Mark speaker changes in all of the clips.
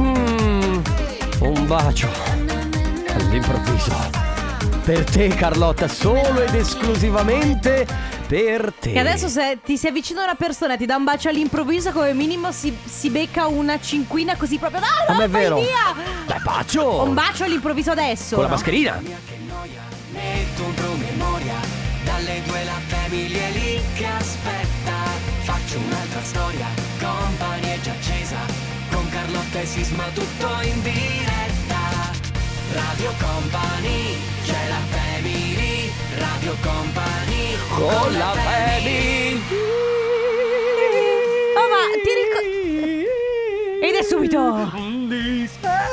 Speaker 1: Mm. un bacio all'improvviso. Per te Carlotta, solo ed esclusivamente per te.
Speaker 2: Che adesso se ti si avvicina una persona e ti dà un bacio all'improvviso, come minimo si, si becca una cinquina così proprio. No, no,
Speaker 1: Ma è
Speaker 2: Ah, vai
Speaker 1: vero.
Speaker 2: via!
Speaker 1: Dai, bacio!
Speaker 2: Un bacio all'improvviso adesso.
Speaker 1: Con la
Speaker 2: no?
Speaker 1: mascherina. Con la baby.
Speaker 2: Oh, ma ti ricordi. Ed è subito.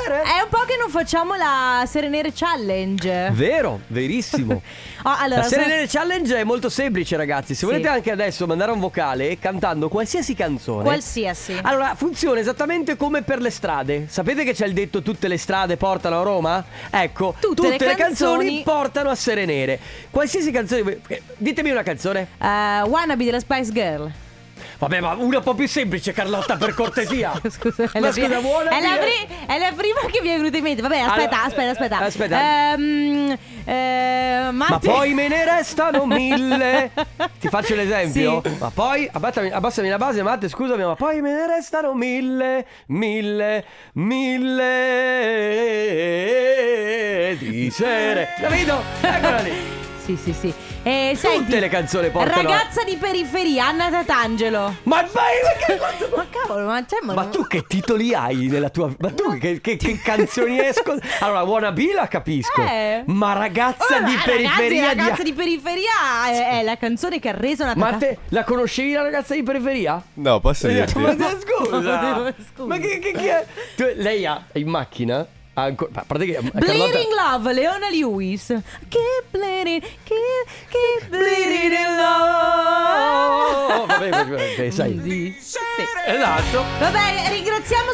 Speaker 2: È un po' che non facciamo la Serenere Challenge.
Speaker 1: Vero, verissimo.
Speaker 2: Ah, allora,
Speaker 1: la serie
Speaker 2: se-
Speaker 1: delle challenge è molto semplice, ragazzi. Se volete anche adesso mandare un vocale cantando qualsiasi canzone.
Speaker 2: Qualsiasi.
Speaker 1: Allora, funziona esattamente come per le strade. Sapete che c'è il detto tutte le strade portano a Roma? Ecco,
Speaker 2: Tutte le canzoni-
Speaker 1: portano a Serenere. Qualsiasi canzone. voi- eh, Ditemi una canzone.
Speaker 2: Eh, wannabe della Spice Girl.
Speaker 1: Vabbè, ma una un po' più semplice, Carlotta, per cortesia.
Speaker 2: Scusa, è
Speaker 1: ma
Speaker 2: la,
Speaker 1: scusa,
Speaker 2: prima,
Speaker 1: buona
Speaker 2: è, la
Speaker 1: via.
Speaker 2: pri- è la prima che mi è venuta in mente. Vabbè, aspetta,
Speaker 1: Allora,
Speaker 2: aspetta, aspetta.
Speaker 1: eh, aspetta.
Speaker 2: Ehm, eh,
Speaker 1: Ma
Speaker 2: Matti-
Speaker 1: poi me ne restano mille. Ti faccio l'esempio.
Speaker 2: Sì.
Speaker 1: Ma poi abbassami, abbassami la base, Matte, scusami, ma poi me ne restano mille, mille, mille di sere. Capito? Eccola lì.
Speaker 2: Sì, sì, sì. Eh, senti,
Speaker 1: le canzoni portano-
Speaker 2: Ragazza di periferia, Anna Tatangelo.
Speaker 1: Ma vai, ma che cosa-
Speaker 2: Ma cavolo, ma c'è
Speaker 1: Ma tu che titoli hai nella tua Ma tu che, che- che canzoni escono? Allora, wannabe la capisco.
Speaker 2: Eh.
Speaker 1: Ma ragazza di periferia
Speaker 2: Ragazzi, ragazza
Speaker 1: di...
Speaker 2: di periferia è, è la canzone che ha reso Anna
Speaker 1: Ma
Speaker 2: Tata-
Speaker 1: te la conoscevi la ragazza di periferia?
Speaker 3: No, posso dirti?
Speaker 1: Eh, Ma te-
Speaker 2: No,
Speaker 1: scusa.
Speaker 2: no, scusa.
Speaker 1: Ma che, che, che è? Tu- lei ha in macchina ha ancora a parte che Carlotta-
Speaker 2: Bleeding Love, Leona Lewis. Che bleeding, che, che
Speaker 1: Bleeding
Speaker 2: bleeding
Speaker 1: in love. Oh, Vabbè, vabbè, vabbè, sai.
Speaker 2: Sì. Sì.
Speaker 1: Esatto.
Speaker 2: Vabbè, ringraziamo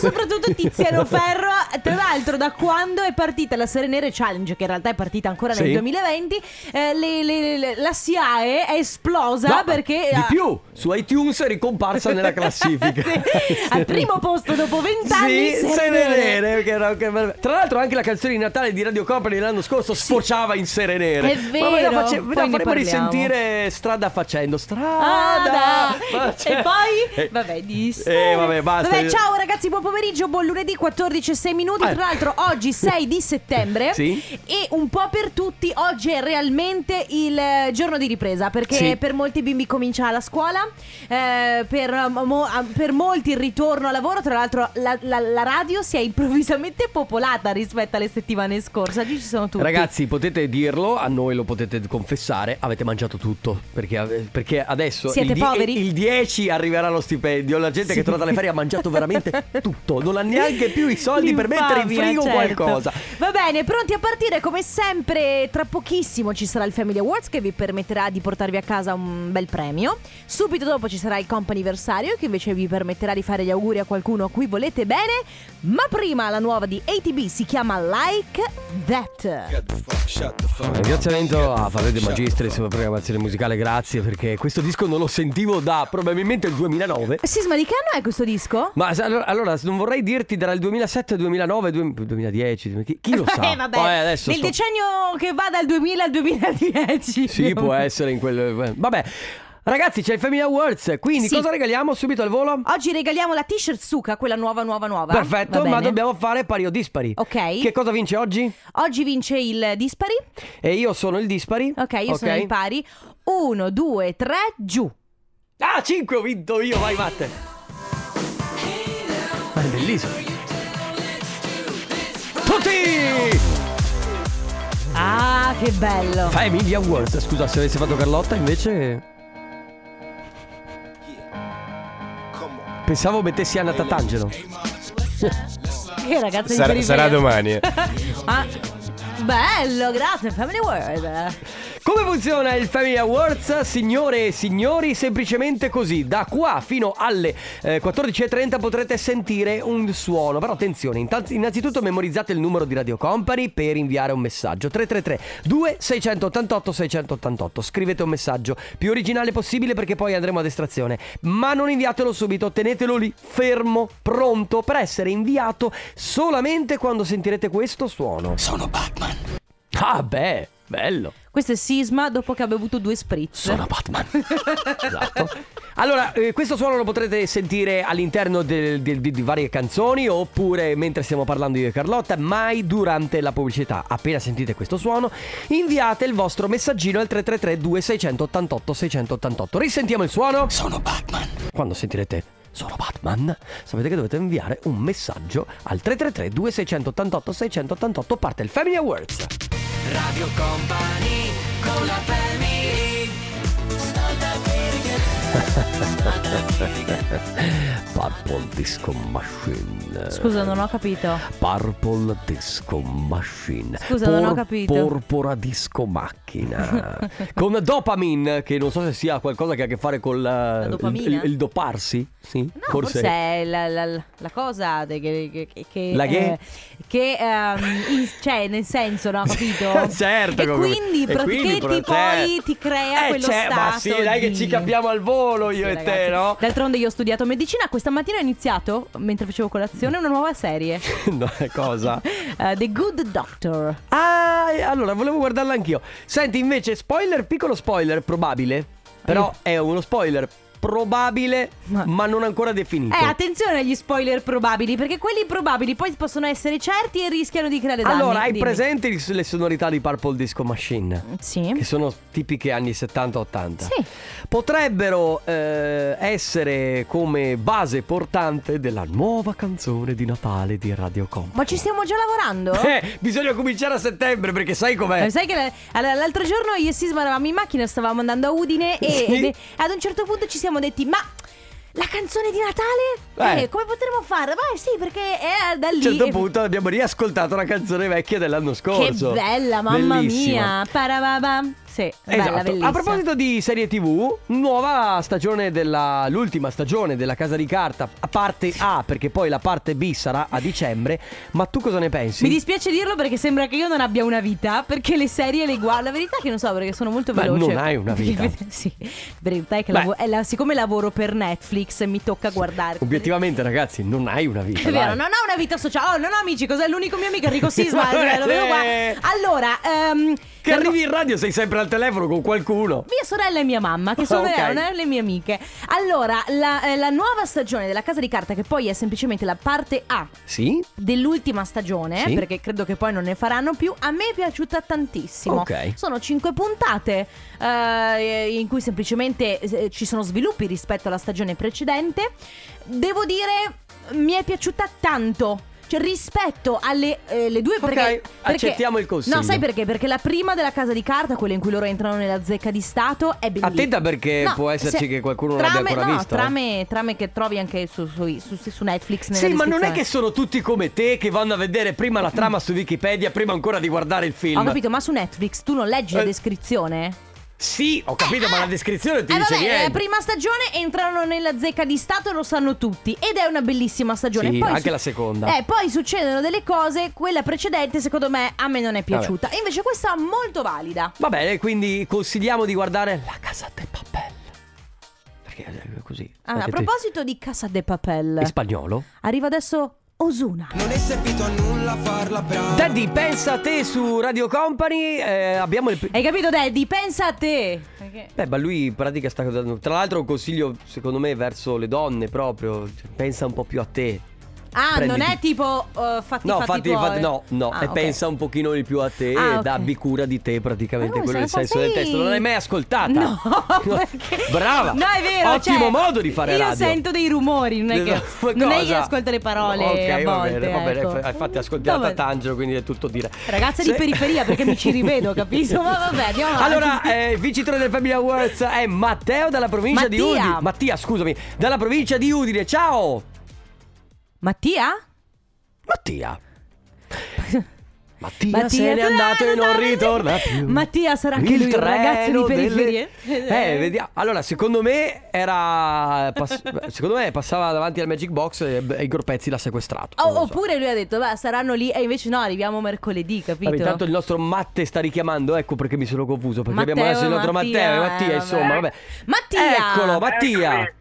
Speaker 2: soprattutto Tiziano Ferro. Tra l'altro, da quando è partita la Serenere Challenge, che in realtà è partita ancora nel
Speaker 1: Sì.
Speaker 2: 2020, eh, le- le- le- la SIAE è esplosa
Speaker 1: No,
Speaker 2: perché.
Speaker 1: di
Speaker 2: ah,
Speaker 1: più su iTunes è ricomparsa nella classifica.
Speaker 2: Sì, al primo posto dopo vent'anni
Speaker 1: Sì,
Speaker 2: Serenere.
Speaker 1: Serenere. che era- che- Tra l'altro anche la canzone di Natale di Radio Company l'anno scorso sfociava in Serenere.
Speaker 2: È
Speaker 1: Ma ve la,
Speaker 2: vero,
Speaker 1: face- ve
Speaker 2: poi
Speaker 1: la
Speaker 2: ne
Speaker 1: faremo
Speaker 2: parliamo.
Speaker 1: risentire strada facendo.
Speaker 2: Ah,
Speaker 1: Strada.
Speaker 2: da.
Speaker 1: facendo.
Speaker 2: E poi,
Speaker 1: Eh,
Speaker 2: vabbè, di
Speaker 1: Eh,
Speaker 2: sera.
Speaker 1: vabbè, basta.
Speaker 2: Vabbè, ciao ragazzi, buon pomeriggio, buon lunedì 14 e 6 minuti.
Speaker 1: Ah.
Speaker 2: Tra l'altro, oggi 6 di settembre.
Speaker 1: Sì.
Speaker 2: E un po' per tutti, oggi è realmente il eh, giorno di ripresa. Perché
Speaker 1: Sì.
Speaker 2: per molti bimbi comincia la scuola, eh, per, mo- per molti il ritorno al lavoro. Tra l'altro, la, la- la radio si è improvvisamente popolata rispetto alle settimane scorse. Oggi ci sono tutti.
Speaker 1: Ragazzi, potete dirlo, a noi lo potete confessare, avete mangiato tutto, perché, ave- perché adesso
Speaker 2: Siete
Speaker 1: il, die-
Speaker 2: poveri?
Speaker 1: il 10 arriverà lo stipendio, la gente che è
Speaker 2: Sì.
Speaker 1: tornata alle ferie ha mangiato veramente tutto, non ha neanche più i soldi per mettere in
Speaker 2: L'infamia,
Speaker 1: frigo
Speaker 2: certo.
Speaker 1: qualcosa.
Speaker 2: Va bene, pronti a partire come sempre. Tra pochissimo ci sarà il Family Awards che vi permetterà di portarvi a casa un bel premio. Subito dopo ci sarà il comp'anniversario che invece vi permetterà di fare gli auguri a qualcuno a cui volete bene. Ma prima la nuova di ATB si chiama Like That.
Speaker 1: Ringraziamento a Fabio De Magistris per la programmazione musicale, grazie perché questo disco non lo sentivo da probabilmente il 2009.
Speaker 2: Sisma, di che anno è questo disco?
Speaker 1: Ma se- allora, allora, non vorrei dirti tra il 2007 e il 2009, du- 2010, chi, chi lo sa?
Speaker 2: Eh, vabbè,
Speaker 1: Poi adesso
Speaker 2: nel
Speaker 1: sto-
Speaker 2: decennio che va dal 2000 al 2010.
Speaker 1: Sì, può essere in quel. eh, Vabbè. Ragazzi, c'è il Family Awards, quindi
Speaker 2: Sì.
Speaker 1: cosa regaliamo subito al volo?
Speaker 2: Oggi regaliamo la t-shirt Suka, quella nuova, nuova, nuova.
Speaker 1: Perfetto,
Speaker 2: Va
Speaker 1: ma
Speaker 2: bene?
Speaker 1: dobbiamo fare pari o dispari.
Speaker 2: Ok.
Speaker 1: Che cosa vince oggi?
Speaker 2: Oggi vince il dispari.
Speaker 1: E io sono il dispari.
Speaker 2: Ok, io sono in pari. Uno, due, tre, giù.
Speaker 1: Ah, 5 ho vinto io, vai Matte. Ma è bellissimo. Tutti!
Speaker 2: Ah, che bello.
Speaker 1: Family Awards, scusa se avessi fatto Carlotta invece... Pensavo mettessi Anna Tatangelo.
Speaker 2: Che ragazza
Speaker 3: Sarà-
Speaker 2: in periferia.
Speaker 3: sarà domani. eh.
Speaker 2: Ah, bello, grazie, Family World.
Speaker 1: Come funziona il Family Awards? Signore e signori, semplicemente così. Da qua fino alle eh, 14.30 potrete sentire un suono. Però attenzione, intanz- innanzitutto memorizzate il numero di Radio Company per inviare un messaggio. 333-2688-688. Scrivete un messaggio più originale possibile perché poi andremo ad estrazione. Ma non inviatelo subito, tenetelo lì, fermo, pronto, per essere inviato solamente quando sentirete questo suono.
Speaker 3: Sono Batman.
Speaker 1: Ah beh, bello.
Speaker 2: Questo è Sisma dopo che ha bevuto due spritz.
Speaker 1: Sono Batman. Eh? esatto. Allora, eh, questo suono lo potrete sentire all'interno del- del- di, di varie canzoni oppure mentre stiamo parlando io e Carlotta, mai durante la pubblicità. Appena sentite questo suono, inviate il vostro messaggino al 333-2688-688. Risentiamo il suono.
Speaker 3: Sono Batman.
Speaker 1: Quando sentirete sono Batman, sapete che dovete inviare un messaggio al 333-2688-688. Parte il Family Awards.
Speaker 3: Radio Company con la family.
Speaker 1: Purple Disco Machine.
Speaker 2: Scusa, non ho capito.
Speaker 1: Purple Disco Machine.
Speaker 2: Scusa, non ho capito.
Speaker 1: Porpora Disco Macchina. con dopamine, che non so se sia qualcosa che ha a che fare con la-
Speaker 2: dopamina?
Speaker 1: il, il doparsi. Sì,
Speaker 2: No, forse, è la, la- la cosa de- che, che- che-
Speaker 1: La che?
Speaker 2: eh, che, ehm, in- cioè nel senso, no, capito?
Speaker 1: certo,
Speaker 2: E
Speaker 1: come-
Speaker 2: quindi
Speaker 1: e quindi
Speaker 2: praticamente
Speaker 1: pro-
Speaker 2: poi
Speaker 1: certo.
Speaker 2: ti crea
Speaker 1: Eh,
Speaker 2: quello
Speaker 1: cioè,
Speaker 2: stato
Speaker 1: ma sì, dai che
Speaker 2: di-
Speaker 1: ci capiamo al volo io
Speaker 2: Sì,
Speaker 1: e te,
Speaker 2: ragazzi.
Speaker 1: no?
Speaker 2: D'altronde io ho studiato medicina, questa mattina ho iniziato, mentre facevo colazione, una nuova serie,
Speaker 1: no, cosa?
Speaker 2: eh, The Good Doctor.
Speaker 1: Ah, e allora volevo guardarla anch'io. Senti, invece, spoiler, piccolo spoiler, probabile. Però è uno spoiler probabile,
Speaker 2: Ma-
Speaker 1: ma, non ancora definito.
Speaker 2: Eh, attenzione agli spoiler probabili, perché quelli probabili poi possono essere certi e rischiano di creare danni.
Speaker 1: Allora, hai
Speaker 2: Dimmi.
Speaker 1: presente il- le sonorità di Purple Disco Machine? Che
Speaker 2: Sì.
Speaker 1: sono tipiche anni 70-80.
Speaker 2: Sì.
Speaker 1: Potrebbero eh, essere come base portante della nuova canzone di Natale di Radio Com.
Speaker 2: Ma ci stiamo già lavorando?
Speaker 1: Eh, bisogna cominciare a settembre perché sai
Speaker 2: Eh,
Speaker 1: com'è.
Speaker 2: Sai che la- allora, l'altro giorno io e Sisma eravamo in macchina, stavamo andando a Udine e
Speaker 1: Sì.
Speaker 2: ed è- ad un certo punto ci siamo detti ma la canzone di Natale? Eh,
Speaker 1: Eh.
Speaker 2: come potremmo farla? Vai sì perché è da lì.
Speaker 1: A un certo
Speaker 2: e-
Speaker 1: punto abbiamo riascoltato la canzone vecchia dell'anno
Speaker 2: Che
Speaker 1: scorso.
Speaker 2: bella, mamma
Speaker 1: Bellissima.
Speaker 2: mia. Parababa. Sì, bella,
Speaker 1: Esatto.
Speaker 2: bellissima.
Speaker 1: A proposito di serie TV, nuova stagione della l'ultima stagione della Casa di Carta, a parte A, perché poi la parte B sarà a dicembre, ma tu cosa ne pensi?
Speaker 2: Mi dispiace dirlo perché sembra che io non abbia una vita, perché le serie le guardo. La verità è che non so, perché sono molto
Speaker 1: Beh,
Speaker 2: veloce.
Speaker 1: non hai una vita.
Speaker 2: sì, la verità è che
Speaker 1: Beh.
Speaker 2: lavo- è la- siccome lavoro per Netflix mi tocca guardare.
Speaker 1: Obiettivamente, ragazzi, non hai una vita.
Speaker 2: È vero,
Speaker 1: dai.
Speaker 2: non ho una vita sociale. Oh, non ho amici, cos'è l'unico mio amico Enrico Sisma? Cioè, lo vedo qua.
Speaker 1: Eh.
Speaker 2: Allora, ehm,
Speaker 1: Che
Speaker 2: la-
Speaker 1: arrivi in radio sei sempre al telefono con qualcuno.
Speaker 2: mia sorella e mia mamma, che sono
Speaker 1: Ok.
Speaker 2: erano le mie amiche. Allora, la, eh, la nuova stagione della Casa di Carta, che poi è semplicemente la parte A
Speaker 1: Sì?
Speaker 2: dell'ultima stagione,
Speaker 1: Sì.
Speaker 2: perché credo che poi non ne faranno più, a me è piaciuta tantissimo.
Speaker 1: Ok.
Speaker 2: Sono cinque puntate eh, in cui semplicemente eh, ci sono sviluppi rispetto alla stagione precedente. Devo dire, mi è piaciuta tanto. Cioè, rispetto alle eh, le due
Speaker 1: Ok,
Speaker 2: perché,
Speaker 1: accettiamo il consiglio.
Speaker 2: No, sai perché? Perché la prima della casa di carta, quella in cui loro entrano nella zecca di Stato, è bellissima.
Speaker 1: Attenta perché
Speaker 2: No,
Speaker 1: può esserci
Speaker 2: se-
Speaker 1: che qualcuno non
Speaker 2: trame,
Speaker 1: l'abbia ancora
Speaker 2: no,
Speaker 1: vista. eh.
Speaker 2: Trame, trame che trovi anche su, su- su- su Netflix. nella
Speaker 1: Sì, ma non è
Speaker 2: descrizione.
Speaker 1: che sono tutti come te che vanno a vedere prima la trama su Wikipedia, prima ancora di guardare il film.
Speaker 2: Ho capito, ma su Netflix tu non leggi la
Speaker 1: Eh.
Speaker 2: descrizione?
Speaker 1: Sì, ho capito, ma la descrizione ti
Speaker 2: eh
Speaker 1: dice
Speaker 2: vabbè,
Speaker 1: niente.
Speaker 2: la prima stagione entrano nella zecca di Stato, lo sanno tutti. Ed è una bellissima stagione.
Speaker 1: Sì,
Speaker 2: Poi
Speaker 1: anche la seconda.
Speaker 2: Eh, poi succedono delle cose, quella precedente secondo me a me non è piaciuta. Invece questa molto valida.
Speaker 1: Va bene, quindi consigliamo di guardare La Casa de Papel. Perché è così.
Speaker 2: Ah, a
Speaker 1: Anche te-
Speaker 2: proposito di Casa de Papel,
Speaker 1: In spagnolo.
Speaker 2: arriva adesso Osuna.
Speaker 3: Non è servito a nulla farla brava.
Speaker 1: Daddy, pensa a te su Radio Company. eh, abbiamo il. pri-
Speaker 2: Hai capito Daddy? Pensa a te.
Speaker 1: Beh, ma lui in pratica sta dando. Tra l'altro, un consiglio, secondo me, verso le donne proprio. Cioè, Pensa un po' più a te.
Speaker 2: Ah, non
Speaker 1: Prenditi-
Speaker 2: è tipo eh, fatti
Speaker 1: No,
Speaker 2: fatti
Speaker 1: fatti,
Speaker 2: tuoi.
Speaker 1: fatti- no, no,
Speaker 2: Ah,
Speaker 1: e
Speaker 2: ok.
Speaker 1: pensa un pochino di più a te
Speaker 2: Ah,
Speaker 1: e
Speaker 2: ok.
Speaker 1: dabbi cura di te praticamente,
Speaker 2: Ma come
Speaker 1: quello è il
Speaker 2: sono-
Speaker 1: senso del
Speaker 2: sei-
Speaker 1: testo. Non l'hai mai ascoltata.
Speaker 2: No,
Speaker 1: No.
Speaker 2: perché-
Speaker 1: Brava.
Speaker 2: No, è vero.
Speaker 1: Ottimo
Speaker 2: cioè,
Speaker 1: modo di fare
Speaker 2: io
Speaker 1: radio. Esatto.
Speaker 2: sento dei rumori, non è che
Speaker 1: Cosa?
Speaker 2: non è che ascolto le parole
Speaker 1: Ok,
Speaker 2: a
Speaker 1: va
Speaker 2: volte.
Speaker 1: bene, va bene.
Speaker 2: ecco.
Speaker 1: Infatti ascoltiamo
Speaker 2: Vabbè.
Speaker 1: a Tangelo, quindi è tutto dire.
Speaker 2: Ragazza
Speaker 1: Se-
Speaker 2: di periferia, perché mi ci rivedo, capito? Ma vabbè, andiamo avanti.
Speaker 1: Allora, eh, il vincitore del Family Awards è Matteo dalla provincia di
Speaker 2: Mattia.
Speaker 1: Udine. Mattia, scusami, dalla provincia di Udine. Ciao!
Speaker 2: Mattia?
Speaker 1: Mattia. Mattia, se n'è andato e non ritorna più.
Speaker 2: Mattia sarà anche lui un ragazzo di
Speaker 1: Mm. treno delle-
Speaker 2: periferie.
Speaker 1: Eh, vediamo. Allora, secondo me era. pass- secondo me passava davanti al Magic Box e, e i Gorpezzi l'ha sequestrato.
Speaker 2: O-
Speaker 1: non lo so.
Speaker 2: Oh, oppure lui ha detto, beh, saranno lì e invece no, arriviamo mercoledì, capito?
Speaker 1: Vabbè, intanto il nostro Matte sta richiamando, ecco perché mi sono confuso. Perché abbiamo
Speaker 2: Matteo,
Speaker 1: adesso il nostro Matteo e
Speaker 2: Mattia,
Speaker 1: Mattia,
Speaker 2: eh,
Speaker 1: insomma,
Speaker 2: vabbè.
Speaker 1: vabbè.
Speaker 2: Mattia!
Speaker 1: Eccolo, Mattia!
Speaker 4: Eccomi.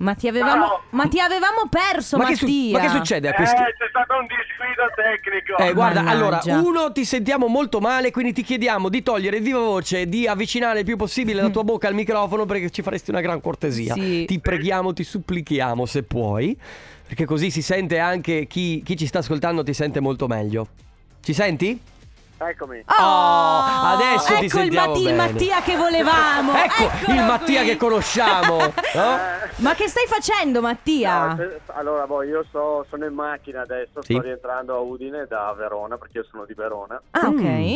Speaker 2: Ma ti avevamo,
Speaker 4: Ciao.
Speaker 2: ma ti avevamo perso,
Speaker 1: Ma che,
Speaker 2: Mattia.
Speaker 1: su- ma che succede a questo?
Speaker 4: Eh, c'è stato un disguido tecnico.
Speaker 1: Eh, guarda, allora,
Speaker 2: Mannaggia.
Speaker 1: uno, ti sentiamo molto male, quindi ti chiediamo di togliere il viva voce, di avvicinare il più possibile la tua bocca al microfono perché ci faresti una gran cortesia.
Speaker 2: Sì.
Speaker 1: Ti preghiamo, ti supplichiamo se puoi, perché così si sente anche chi, chi ci sta ascoltando ti sente molto meglio. Ci senti?
Speaker 4: Eccomi.
Speaker 2: Oh,
Speaker 1: Oh, adesso ti
Speaker 2: ecco il,
Speaker 1: sentiamo
Speaker 2: Matti- il
Speaker 1: bene.
Speaker 2: Mattia che volevamo.
Speaker 1: Ecco il
Speaker 2: Eccolo
Speaker 1: Mattia
Speaker 2: qui.
Speaker 1: che conosciamo. no?
Speaker 2: Ma che stai facendo, Mattia?
Speaker 5: No, se- allora, boh, io so- sono in macchina adesso,
Speaker 1: Sì.
Speaker 5: sto rientrando a Udine da Verona, perché io sono di Verona.
Speaker 2: ah, ok.
Speaker 1: Mm.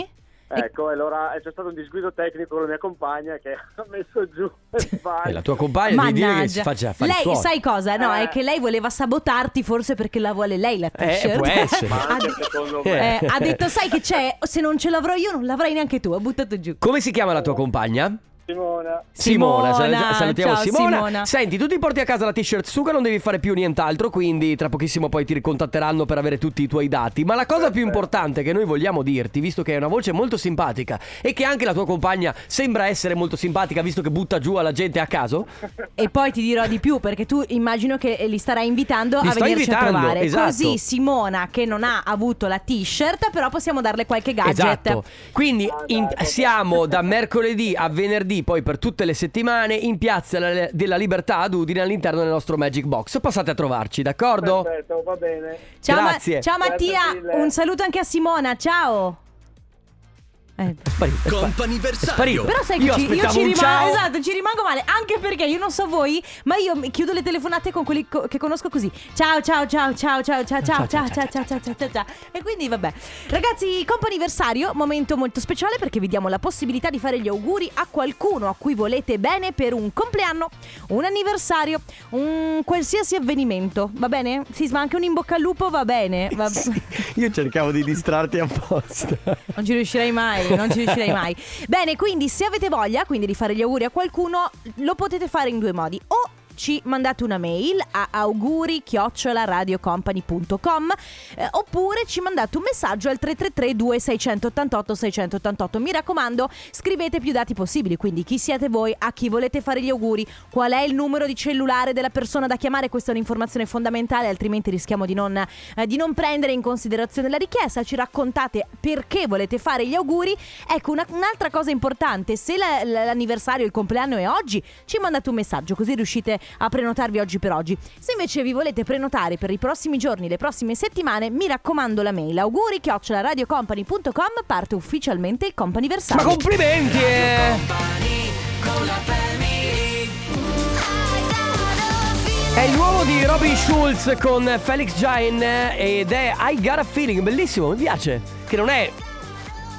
Speaker 5: Ecco, e allora eh, c'è stato un disguido tecnico con la mia compagna che ha messo giù per
Speaker 1: E
Speaker 5: sbaglio.
Speaker 1: la tua compagna devi dire che si fa già fare i
Speaker 2: lei,
Speaker 1: suoi.
Speaker 2: sai cosa? No,
Speaker 5: Eh.
Speaker 2: è che lei voleva sabotarti forse perché la vuole lei la
Speaker 1: Eh,
Speaker 2: t-shirt.
Speaker 1: può essere.
Speaker 5: Ma
Speaker 2: ha,
Speaker 5: anche
Speaker 2: de-
Speaker 5: secondo
Speaker 1: Eh.
Speaker 5: me.
Speaker 2: eh, ha detto, sai che c'è? Se non ce l'avrò io, non l'avrai neanche tu. Ha buttato giù.
Speaker 1: Come si chiama la tua compagna?
Speaker 5: Simona,
Speaker 1: Simona, sal-
Speaker 2: Simona,
Speaker 1: salutiamo
Speaker 2: ciao,
Speaker 1: Simona.
Speaker 2: Simona.
Speaker 1: Senti, tu ti porti a casa la t-shirt Suga, non devi fare più nient'altro, quindi tra pochissimo poi ti ricontatteranno per avere tutti i tuoi dati. Ma la cosa più importante che noi vogliamo dirti, visto che hai una voce molto simpatica e che anche la tua compagna sembra essere molto simpatica, visto che butta giù alla gente a caso,
Speaker 2: E poi ti dirò di più perché tu immagino che eh, li starai invitando
Speaker 1: Li
Speaker 2: a
Speaker 1: sto
Speaker 2: venirci a
Speaker 1: invitando,
Speaker 2: trovare.
Speaker 1: esatto.
Speaker 2: Così Simona che non ha avuto la t-shirt, però possiamo darle qualche gadget.
Speaker 1: Esatto. Quindi in- siamo da mercoledì a venerdì, poi per tutte le settimane, in piazza della- della Libertà ad Udine all'interno del nostro Magic Box. Passate a trovarci, d'accordo?
Speaker 5: perfetto, va bene.
Speaker 2: Ciao, Ma-
Speaker 1: Grazie.
Speaker 2: ciao Mattia,
Speaker 5: Grazie mille.
Speaker 2: un saluto anche a Simona, ciao. Eh,
Speaker 1: Sparito.
Speaker 3: Comp'anniversario
Speaker 1: Sparito.
Speaker 2: Però sai che
Speaker 1: io
Speaker 2: ci, io
Speaker 1: aspettavo
Speaker 2: ci
Speaker 1: un
Speaker 2: rimango,
Speaker 1: ciao.
Speaker 2: esatto, ci rimango male, anche perché io non so voi, ma io mi- chiudo le telefonate con quelli co- che conosco così. Ciao ciao ciao ciao ciao ciao ciao ciao ciao ciao ciao ciao ciao ciao. E quindi vabbè. Ragazzi, comp'anniversario, momento molto speciale perché vi diamo la possibilità di fare gli auguri a qualcuno a cui volete bene per un compleanno, un anniversario, un qualsiasi avvenimento, va bene? Sì, ma anche un in bocca al lupo va bene. Va...
Speaker 1: Io cercavo di distrarti apposta.
Speaker 2: Non ci riuscirei mai, non ci riuscirei mai. Bene, quindi se avete voglia quindi di fare gli auguri a qualcuno, lo potete fare in due modi. O ci mandate una mail a auguri@radiocompany.com eh, oppure ci mandate un messaggio al 333 2688 688. Mi raccomando, scrivete più dati possibili, quindi chi siete voi, a chi volete fare gli auguri, qual è il numero di cellulare della persona da chiamare, questa è un'informazione fondamentale, altrimenti rischiamo di non eh, di non prendere in considerazione la richiesta, ci raccontate perché volete fare gli auguri. Ecco, una- un'altra cosa importante, se la- la- l'anniversario, il compleanno è oggi, ci mandate un messaggio così riuscite a prenotarvi oggi per oggi. Se invece vi volete prenotare per i prossimi giorni, le prossime settimane, mi raccomando la mail auguri radiocompany.com parte ufficialmente il
Speaker 1: Ma
Speaker 2: comp'anniversario.
Speaker 1: complimenti! eh. È l'uomo di Robin Schulz con Felix Jain eh, ed è I Got a Feeling, bellissimo, mi piace. Che non è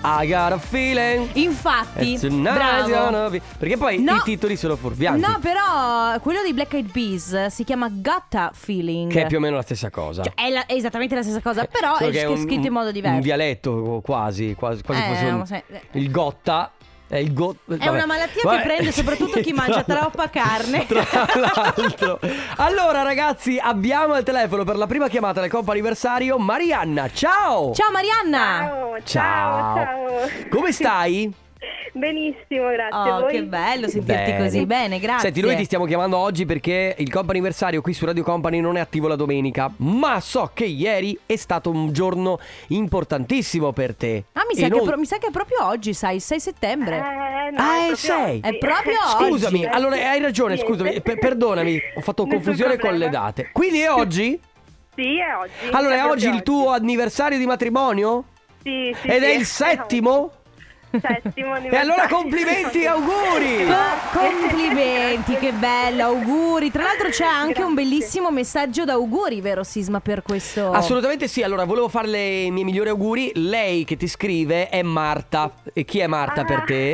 Speaker 1: I Got a Feeling.
Speaker 2: Infatti,
Speaker 1: It's a nice
Speaker 2: bravo.
Speaker 1: gonna be- Perché poi
Speaker 2: No.
Speaker 1: i titoli sono furbianti.
Speaker 2: No, però quello di Black Eyed Peas si chiama Gotta Feeling.
Speaker 1: Che è più o meno la stessa cosa.
Speaker 2: Cioè, è, la- è esattamente la stessa cosa, però
Speaker 1: Solo
Speaker 2: è,
Speaker 1: che
Speaker 2: sch-
Speaker 1: un-
Speaker 2: scritto in modo
Speaker 1: Un
Speaker 2: diverso.
Speaker 1: dialetto quasi, quasi, quasi
Speaker 2: Eh,
Speaker 1: fosse un-
Speaker 2: non so-
Speaker 1: il gotta. È, il go-
Speaker 2: È una malattia
Speaker 1: Vabbè.
Speaker 2: che prende soprattutto chi
Speaker 1: Tra
Speaker 2: mangia
Speaker 1: l'altro-
Speaker 2: troppa carne.
Speaker 1: Tra l'altro. Allora ragazzi, abbiamo al telefono per la prima chiamata del compo anniversario Marianna. Ciao!
Speaker 2: Ciao Marianna!
Speaker 6: Ciao, ciao,
Speaker 1: Ciao.
Speaker 6: ciao.
Speaker 1: Come stai?
Speaker 6: Benissimo, grazie.
Speaker 2: Oh,
Speaker 6: voi?
Speaker 2: che bello sentirti
Speaker 1: Bene.
Speaker 2: così. Bene, grazie.
Speaker 1: Senti, noi ti stiamo chiamando oggi perché il compo anniversario qui su Radio Company non è attivo la domenica, ma so che ieri è stato un giorno importantissimo per te.
Speaker 2: Ah, mi sa,
Speaker 1: E
Speaker 2: che
Speaker 1: noi-
Speaker 2: pro- mi sa che è proprio oggi, sai, il 6 settembre.
Speaker 6: Eh, no,
Speaker 1: Ah,
Speaker 6: è
Speaker 1: è
Speaker 6: proprio
Speaker 1: sei.
Speaker 6: oggi.
Speaker 2: È proprio oggi.
Speaker 1: Scusami,
Speaker 6: Eh,
Speaker 1: allora
Speaker 6: sì,
Speaker 1: hai ragione,
Speaker 6: niente.
Speaker 1: scusami, eh, per- perdonami, ho fatto
Speaker 6: Nessun
Speaker 1: confusione con le
Speaker 6: problema.
Speaker 1: date. Quindi è oggi?
Speaker 6: Sì, è oggi.
Speaker 1: Allora è
Speaker 6: proprio
Speaker 1: oggi il tuo anniversario di matrimonio?
Speaker 6: Sì, sì,
Speaker 1: Ed è
Speaker 6: sì.
Speaker 1: il settimo?
Speaker 6: Settimo
Speaker 1: E allora complimenti,
Speaker 6: Eh,
Speaker 1: auguri!
Speaker 2: Co- complimenti, che bello, auguri. Tra l'altro c'è anche un
Speaker 6: Grazie.
Speaker 2: bellissimo messaggio d'auguri, vero Sisma, per questo...
Speaker 1: Assolutamente sì, allora volevo farle i miei migliori
Speaker 2: Ah.
Speaker 1: auguri. Lei che ti scrive è Marta. E chi è Marta per te?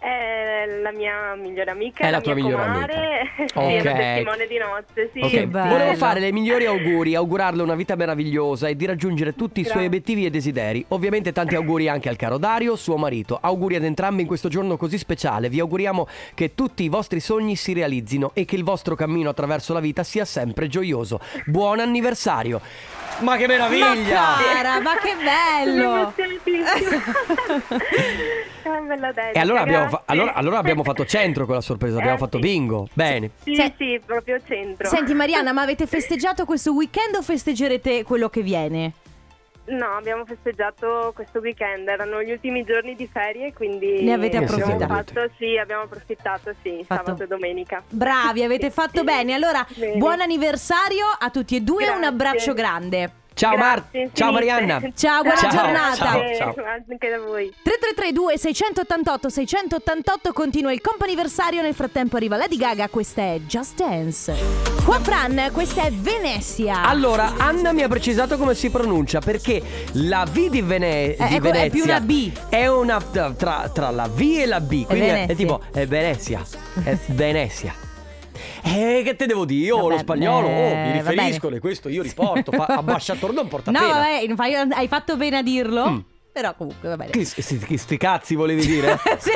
Speaker 6: Eh, è la mia migliore amica.
Speaker 1: È la tua
Speaker 6: mia
Speaker 1: migliore
Speaker 6: comare,
Speaker 1: amica.
Speaker 6: sì, è la
Speaker 1: Ok.
Speaker 6: testimone di nozze, sì.
Speaker 1: Ok,
Speaker 2: Che bello.
Speaker 1: Volevo fare le migliori auguri, augurarle una vita meravigliosa e di raggiungere tutti i suoi
Speaker 6: Grazie.
Speaker 1: obiettivi e desideri. Ovviamente tanti auguri anche al caro Dario, suo marito. Auguri ad entrambi in questo giorno così speciale. Vi auguriamo che tutti i vostri sogni si realizzino e che il vostro cammino attraverso la vita sia sempre gioioso. Buon anniversario! Ma che meraviglia!
Speaker 2: Ma cara, ma che bello!
Speaker 6: Sono emozionatissima. È una bella dedica,
Speaker 1: E allora abbiamo, fa-
Speaker 6: grazie.
Speaker 1: allora, allora abbiamo fatto centro con la sorpresa, abbiamo
Speaker 6: Eh,
Speaker 1: fatto
Speaker 6: sì.
Speaker 1: bingo. Bene.
Speaker 6: Sì,
Speaker 2: Se-
Speaker 6: sì, proprio centro.
Speaker 2: Cioè, Senti Mariana, ma avete festeggiato questo weekend o festeggerete quello che viene?
Speaker 6: No, abbiamo festeggiato questo weekend, erano gli ultimi giorni di ferie, quindi
Speaker 2: Ne avete
Speaker 6: Abbiamo
Speaker 1: approfittato.
Speaker 6: fatto, sì, abbiamo approfittato, sì,
Speaker 2: Fatto.
Speaker 6: sabato e domenica.
Speaker 2: Bravi, avete fatto bene. Allora,
Speaker 6: Bene.
Speaker 2: buon anniversario a tutti e due, un
Speaker 6: Grazie.
Speaker 2: abbraccio grande.
Speaker 1: Ciao
Speaker 6: Grazie
Speaker 1: Marta, ciao
Speaker 6: infinite.
Speaker 1: Marianna.
Speaker 2: Ciao, buona
Speaker 1: Ciao,
Speaker 2: giornata.
Speaker 1: ciao, ciao.
Speaker 6: Anche da voi.
Speaker 2: 3332 688 688 continua il comp'anniversario nel frattempo arriva Lady Gaga questa è Just Dance qua Fran questa è Venezia
Speaker 1: Allora, Anna mi ha precisato come si pronuncia perché la V di, Vene-
Speaker 2: Eh,
Speaker 1: di
Speaker 2: ecco,
Speaker 1: Venezia
Speaker 2: è più una B.
Speaker 1: è una- tra, tra la V e la B, quindi è,
Speaker 2: Venezia.
Speaker 1: è tipo è Venezia, è Venezia. Eh, che te devo dire? Io
Speaker 2: Vabbè,
Speaker 1: lo spagnolo, oh,
Speaker 2: eh,
Speaker 1: mi
Speaker 2: va
Speaker 1: riferisco,
Speaker 2: bene.
Speaker 1: le questo io riporto, fa, ambasciatore non porta
Speaker 2: no
Speaker 1: pena.
Speaker 2: vabbè fai- hai fatto bene a dirlo
Speaker 1: Mm.
Speaker 2: però comunque va bene
Speaker 1: Chi, sti, chi sti cazzi volevi dire?
Speaker 2: Sì.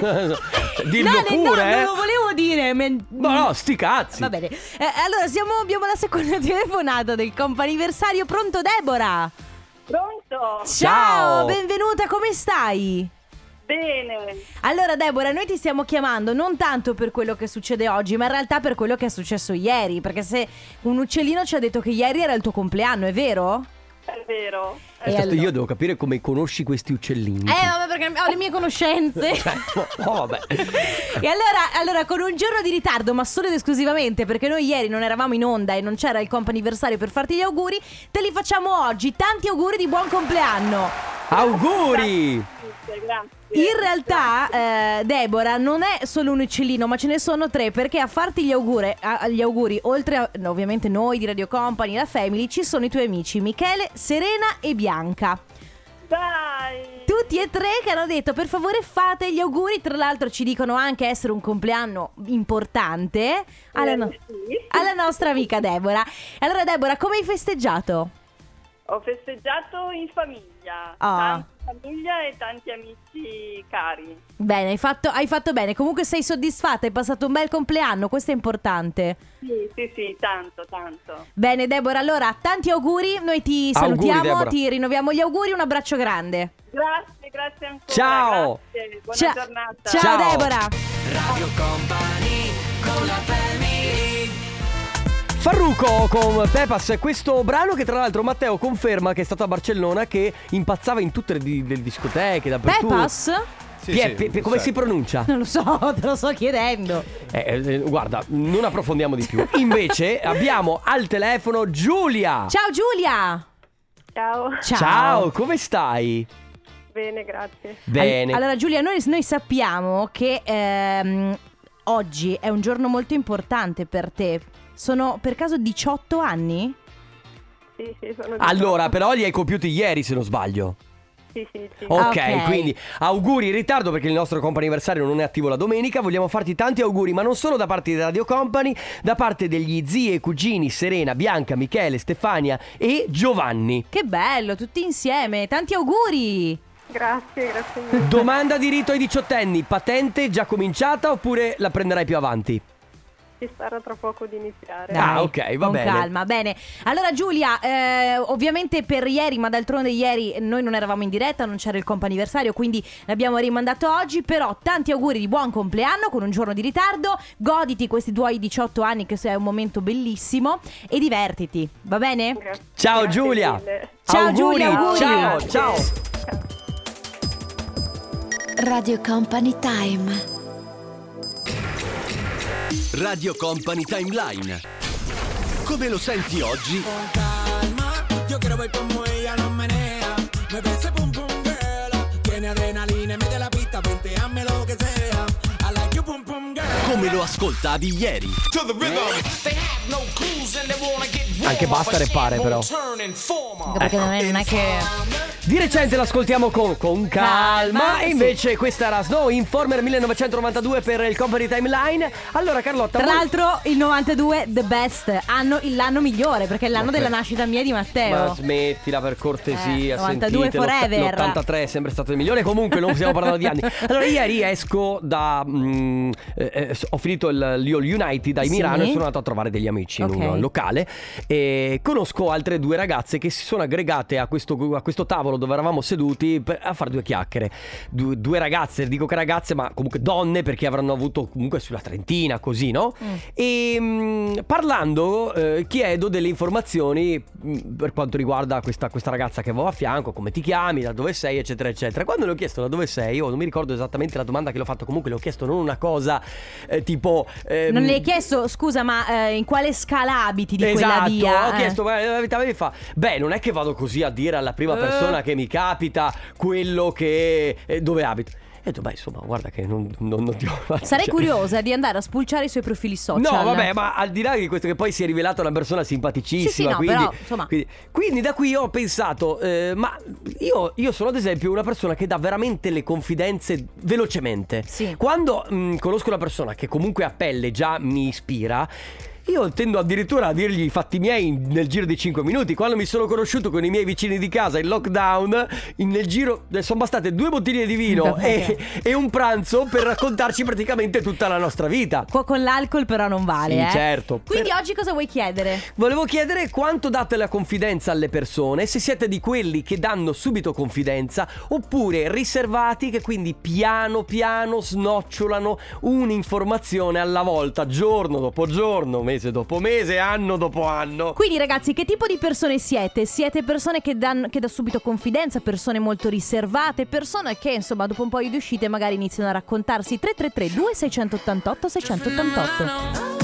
Speaker 1: Dillo
Speaker 2: no, ne-
Speaker 1: pure,
Speaker 2: no,
Speaker 1: eh.
Speaker 2: non lo volevo dire men-
Speaker 1: No, no, sti cazzi.
Speaker 2: va bene Eh, allora siamo, abbiamo la seconda telefonata del comp'anniversario pronto Deborah
Speaker 6: Pronto?
Speaker 1: Ciao.
Speaker 2: benvenuta come stai?
Speaker 6: Bene.
Speaker 2: Allora Deborah, noi ti stiamo chiamando non tanto per quello che succede oggi, ma in realtà per quello che è successo ieri, perché se un uccellino ci ha detto che ieri era il tuo compleanno, è vero?
Speaker 6: È vero.
Speaker 1: Eh,
Speaker 2: E
Speaker 1: tanto
Speaker 2: allora-
Speaker 1: Io devo capire come conosci questi uccellini.
Speaker 2: Eh vabbè perché ho le mie conoscenze.
Speaker 1: Cioè, oh, vabbè.
Speaker 2: E allora, allora, con un giorno di ritardo, ma solo ed esclusivamente perché noi ieri non eravamo in onda e non c'era il comp'anniversario per farti gli auguri, te li facciamo oggi. Tanti auguri di buon compleanno.
Speaker 1: Auguri!
Speaker 6: Grazie.
Speaker 2: In realtà, eh, Deborah non è solo un uccellino, ma ce ne sono tre perché a farti gli auguri, a- gli auguri oltre a no, ovviamente noi di Radio Company, la Family, ci sono i tuoi amici Michele, Serena e Bianca.
Speaker 6: Dai.
Speaker 2: Tutti e tre che hanno detto per favore fate gli auguri, tra l'altro ci dicono anche essere un compleanno importante alla, no-
Speaker 6: Eh, sì.
Speaker 2: alla nostra amica Deborah. E Allora Deborah, come hai festeggiato?
Speaker 6: Ho festeggiato in famiglia.
Speaker 2: Ah.
Speaker 6: Tanta famiglia e tanti amici cari.
Speaker 2: Bene, hai fatto, hai fatto bene, comunque sei soddisfatta, hai passato un bel compleanno, questo è importante.
Speaker 6: Sì, sì, sì, tanto, tanto.
Speaker 2: Bene Deborah, allora tanti auguri, noi ti
Speaker 1: Auguri,
Speaker 2: salutiamo,
Speaker 1: Deborah.
Speaker 2: ti rinnoviamo gli auguri, un abbraccio grande.
Speaker 6: Grazie, grazie ancora.
Speaker 1: Ciao.
Speaker 6: Grazie. Buona
Speaker 2: Ciao-
Speaker 6: giornata.
Speaker 2: Ciao,
Speaker 1: Ciao.
Speaker 2: Deborah.
Speaker 3: Radio Company con la family
Speaker 1: Farruco con Pepas, questo brano che tra l'altro Matteo conferma che è stato a Barcellona che impazzava in tutte le, di- le discoteche, dappertutto.
Speaker 2: Pepas?
Speaker 1: Pie- pe- pe- come si pronuncia?
Speaker 2: Non lo so, te lo sto chiedendo.
Speaker 1: Eh, eh, guarda, non approfondiamo di più. Invece abbiamo al telefono Giulia.
Speaker 2: Ciao Giulia.
Speaker 6: Ciao.
Speaker 2: Ciao.
Speaker 1: come stai?
Speaker 6: Bene, grazie.
Speaker 1: Bene.
Speaker 2: Al- Allora Giulia, noi, noi sappiamo che ehm, oggi è un giorno molto importante per te. Sono per caso 18 anni?
Speaker 6: Sì, sì, sono
Speaker 1: Allora, però li hai compiuti ieri se non sbaglio.
Speaker 6: Sì, sì, sì.
Speaker 1: Ok,
Speaker 2: Ah, Ok.
Speaker 1: quindi auguri in ritardo perché il nostro comp anniversario non è attivo la domenica. Vogliamo farti tanti auguri, ma non solo da parte di Radio Company, da parte degli zii e cugini Serena, Bianca, Michele, Stefania e Giovanni.
Speaker 2: Che bello, tutti insieme. Tanti auguri.
Speaker 6: Grazie, grazie mille.
Speaker 1: Domanda di rito ai diciottenni: patente già cominciata oppure la prenderai più avanti?
Speaker 6: Ci sarà tra poco di iniziare.
Speaker 1: Ah, ok, va
Speaker 2: con
Speaker 1: bene.
Speaker 2: calma, bene. Allora Giulia, eh, ovviamente per ieri, ma d'altronde ieri noi non eravamo in diretta, non c'era il comp'anniversario, quindi l'abbiamo rimandato oggi, però tanti auguri di buon compleanno con un giorno di ritardo, goditi questi tuoi 18 anni che è un momento bellissimo e divertiti, va bene?
Speaker 6: Grazie.
Speaker 1: Ciao
Speaker 6: Grazie
Speaker 1: Giulia.
Speaker 6: mille.
Speaker 2: Ciao, Giulia, auguri.
Speaker 1: Ciao, ciao.
Speaker 7: Radio Company Time.
Speaker 8: Radio Company Timeline. Come lo senti oggi?
Speaker 3: Con calma, yo quiero ver cómo ella lo menea Me ese pum pum girl Tiene adrenalina, mete la pista, penteame lo que sea I like you pum pum girl
Speaker 8: come lo ascoltavi ieri.
Speaker 1: Anche basta repare però.
Speaker 2: Ecco,
Speaker 9: Anche perché non è, non è che
Speaker 1: Di recente l'ascoltiamo con, con calma.
Speaker 9: Calma,
Speaker 1: e
Speaker 9: sì.
Speaker 1: invece questa era Snow Informer 1992 per il Company Timeline. Allora Carlotta,
Speaker 2: Tra
Speaker 1: vuoi-
Speaker 2: l'altro il 92 the best, anno, il- l'anno migliore perché è l'anno
Speaker 1: Ok.
Speaker 2: della nascita mia e di Matteo.
Speaker 1: Ma eh, smettila per cortesia,
Speaker 2: Eh, 92
Speaker 1: sentite, l'otta-
Speaker 2: forever.
Speaker 1: L'83 è sempre stato il migliore, comunque non stiamo parlando di anni. Allora ieri esco da... mm, eh, eh, ho finito il, l'All United dai
Speaker 2: Sì.
Speaker 1: Milano e sono andato a trovare degli amici
Speaker 2: Ok.
Speaker 1: in un locale e conosco altre due ragazze che si sono aggregate a questo, a questo tavolo dove eravamo seduti per- a fare due chiacchiere. Due, due ragazze, dico che ragazze, ma comunque donne perché avranno avuto comunque sulla trentina così, no? E mm, parlando eh, chiedo delle informazioni mm, per quanto riguarda questa, questa ragazza che avevo a fianco, come ti chiami, da dove sei, eccetera, eccetera. Quando le ho chiesto da dove sei, io non mi ricordo esattamente la domanda che l'ho fatto, comunque le ho chiesto non una cosa eh, tipo... ehm,
Speaker 2: Non le hai chiesto, scusa, ma eh, in quale scala abiti di quella
Speaker 1: esatto,
Speaker 2: via?
Speaker 1: ho
Speaker 2: Eh.
Speaker 1: chiesto, ma la verità mi fa, beh, non è che vado così a dire alla prima
Speaker 2: Eh.
Speaker 1: persona che mi capita quello che... eh, dove abito. E ho detto, beh, insomma, guarda che non, non- non ti ho fatto...
Speaker 2: Eh. Sarei
Speaker 1: cioè-
Speaker 2: curiosa di andare a spulciare i suoi profili social.
Speaker 1: No, vabbè, ma al di là di questo che poi si è rivelata una persona simpaticissima.
Speaker 2: Sì, sì, no,
Speaker 1: quindi,
Speaker 2: però, insomma.
Speaker 1: quindi, quindi da qui ho pensato, eh, ma io, io sono ad esempio una persona che dà veramente le confidenze velocemente.
Speaker 2: Sì.
Speaker 1: Quando mh, conosco una persona che comunque a pelle già mi ispira. Io tendo addirittura a dirgli i fatti miei in- nel giro di 5 minuti. Quando mi sono conosciuto con i miei vicini di casa in lockdown, in- nel giro eh, sono bastate due bottiglie di vino e, e un pranzo per raccontarci praticamente tutta la nostra vita.
Speaker 2: Qua con l'alcol però non vale,
Speaker 1: Sì,
Speaker 2: eh.
Speaker 1: certo.
Speaker 2: Quindi
Speaker 1: Però-
Speaker 2: oggi cosa vuoi chiedere?
Speaker 1: Volevo chiedere quanto date la confidenza alle persone, se siete di quelli che danno subito confidenza oppure riservati che quindi piano piano snocciolano un'informazione alla volta, giorno dopo giorno, mese dopo mese, anno dopo anno.
Speaker 2: Quindi ragazzi, che tipo di persone siete? Siete persone che, danno, che da subito confidenza, persone molto riservate, persone che insomma dopo un po' di uscite magari iniziano a raccontarsi 333 2688 688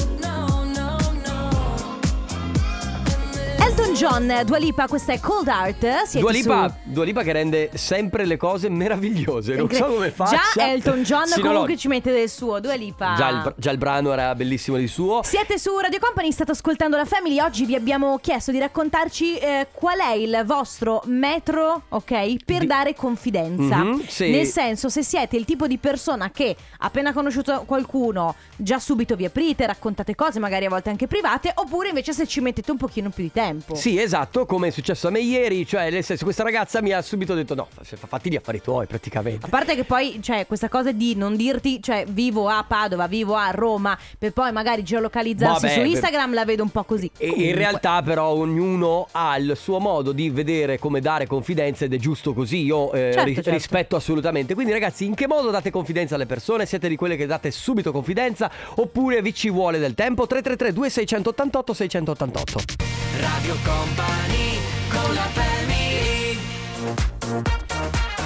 Speaker 2: Elton John, Dua Lipa, questa è Cold Art. Siete
Speaker 1: Dua Lipa,
Speaker 2: su-
Speaker 1: Dua Lipa che rende sempre le cose meravigliose, non so come faccia.
Speaker 2: Già Elton John
Speaker 1: Sì, no, no,
Speaker 2: comunque ci mette del suo, Dua Lipa.
Speaker 1: già il, già il brano era bellissimo di suo.
Speaker 2: Siete su Radio Company, state ascoltando la Family. Oggi vi abbiamo chiesto di raccontarci eh, qual è il vostro metro, ok, per
Speaker 1: Di-
Speaker 2: dare confidenza.
Speaker 1: Mhm, sì.
Speaker 2: Nel senso, se siete il tipo di persona che appena conosciuto qualcuno, già subito vi aprite, raccontate cose, magari a volte anche private, oppure invece se ci mettete un pochino più di tempo.
Speaker 1: Sì, esatto, come è successo a me ieri, cioè nel senso questa ragazza mi ha subito detto no, fa- fa- fatti gli affari tuoi
Speaker 2: A
Speaker 1: praticamente.
Speaker 2: parte che poi, cioè, questa cosa di non dirti, cioè, vivo a Padova, vivo a Roma, per poi magari geolocalizzarsi
Speaker 1: Vabbè,
Speaker 2: su
Speaker 1: per-
Speaker 2: Instagram, la vedo un po' così.
Speaker 1: E in
Speaker 2: Comunque.
Speaker 1: realtà però ognuno ha il suo modo di vedere come dare confidenza ed è giusto così, io eh,
Speaker 2: Certo,
Speaker 1: ri-
Speaker 2: certo.
Speaker 1: rispetto assolutamente. Quindi ragazzi, in che modo date confidenza alle persone? Siete di quelle che date subito confidenza oppure vi ci vuole del tempo? 333 2688 688.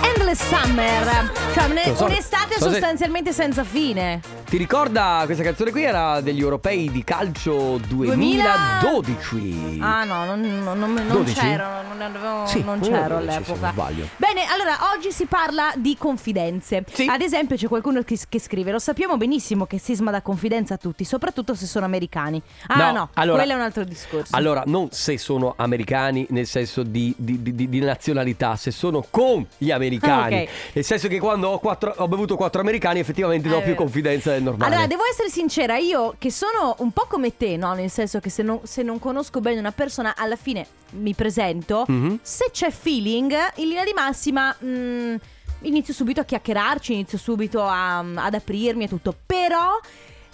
Speaker 2: Endless Summer, cioè un-
Speaker 1: So-
Speaker 2: un'estate
Speaker 1: so se-
Speaker 2: sostanzialmente senza fine.
Speaker 1: Ti ricorda questa canzone qui era degli europei di calcio 2012?
Speaker 2: Ah no, non, non- non- non
Speaker 1: 12?
Speaker 2: c'ero, non, avevo-
Speaker 1: Sì,
Speaker 2: non
Speaker 1: uno
Speaker 2: c'ero
Speaker 1: 12, se
Speaker 2: all'epoca.
Speaker 1: non sbaglio.
Speaker 2: Bene, allora oggi si parla di confidenze.
Speaker 1: Sì.
Speaker 2: Ad esempio c'è qualcuno che, che scrive, lo sappiamo benissimo che sisma dà confidenza a tutti, soprattutto se sono americani. Ah no,
Speaker 1: allora-
Speaker 2: quello è un altro discorso.
Speaker 1: Allora, non se sono americani nel senso di, di- di- di- di nazionalità, se sono con gli americani.
Speaker 2: Ah, ok.
Speaker 1: Nel senso che quando ho, quattro- ho bevuto quattro americani effettivamente
Speaker 2: Eh,
Speaker 1: ne ho
Speaker 2: è
Speaker 1: più
Speaker 2: vero.
Speaker 1: confidenza del normale.
Speaker 2: Allora, devo essere sincera, io che sono un po' come te, no? Nel senso che se non, se non conosco bene una persona, alla fine mi presento.
Speaker 1: Mhm.
Speaker 2: Se c'è feeling, in linea di massima, mh, inizio subito a chiacchierarci, inizio subito a- mm, ad aprirmi e tutto. Però.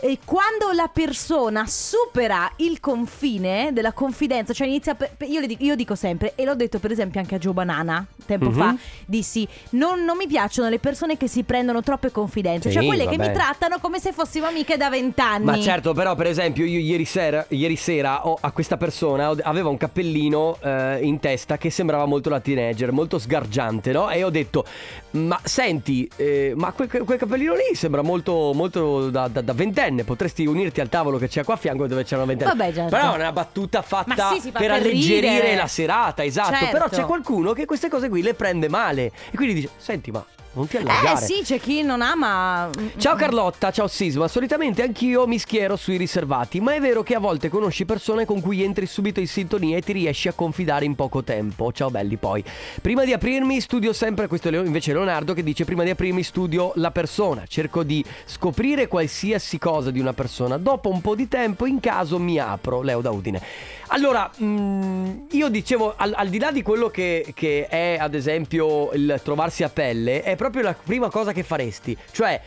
Speaker 2: eh, quando la persona supera il confine della confidenza, cioè inizia. per- per- io, le dico, io dico sempre, e l'ho detto per esempio anche a Gio Banana tempo
Speaker 1: Mhm.
Speaker 2: fa: dissi, non, non mi piacciono le persone che si prendono troppe confidenze, cioè
Speaker 1: Sì,
Speaker 2: quelle che
Speaker 1: vabbè.
Speaker 2: mi trattano come se fossimo amiche da vent'anni.
Speaker 1: Ma certo, però, per esempio, io ieri sera, ieri sera ho- a questa persona ho- aveva un cappellino eh, in testa che sembrava molto la teenager, molto sgargiante, no? E ho detto: Ma senti, eh, ma quel, quel cappellino lì sembra molto, molto da, da- da ventenne. Potresti unirti al tavolo che c'è qua a fianco dove c'era una ventenne.
Speaker 2: Vabbè, certo.
Speaker 1: Però è una battuta fatta
Speaker 2: Ma sì, si fa
Speaker 1: per,
Speaker 2: per
Speaker 1: alleggerire
Speaker 2: ridere.
Speaker 1: la serata, esatto. Però
Speaker 2: Certo.
Speaker 1: c'è qualcuno che queste cose qui le prende male. E quindi dice: Senti, ma. non ti
Speaker 2: Eh
Speaker 1: allargare.
Speaker 2: sì, c'è chi non ama. mm,
Speaker 1: Mm-hmm. Ciao Carlotta, ciao Sisma. Solitamente anch'io mi schiero sui riservati, ma è vero che a volte conosci persone con cui entri subito in sintonia e ti riesci a confidare in poco tempo. Ciao belli poi. Prima di aprirmi studio sempre, questo è Leo- invece Leonardo che dice prima di aprirmi studio la persona, cerco di scoprire qualsiasi cosa di una persona, dopo un po' di tempo in caso mi apro, Leo da Udine. Allora, mh, io dicevo, al, al di là di quello che, che è ad esempio il trovarsi a pelle, è proprio la prima cosa che faresti, cioè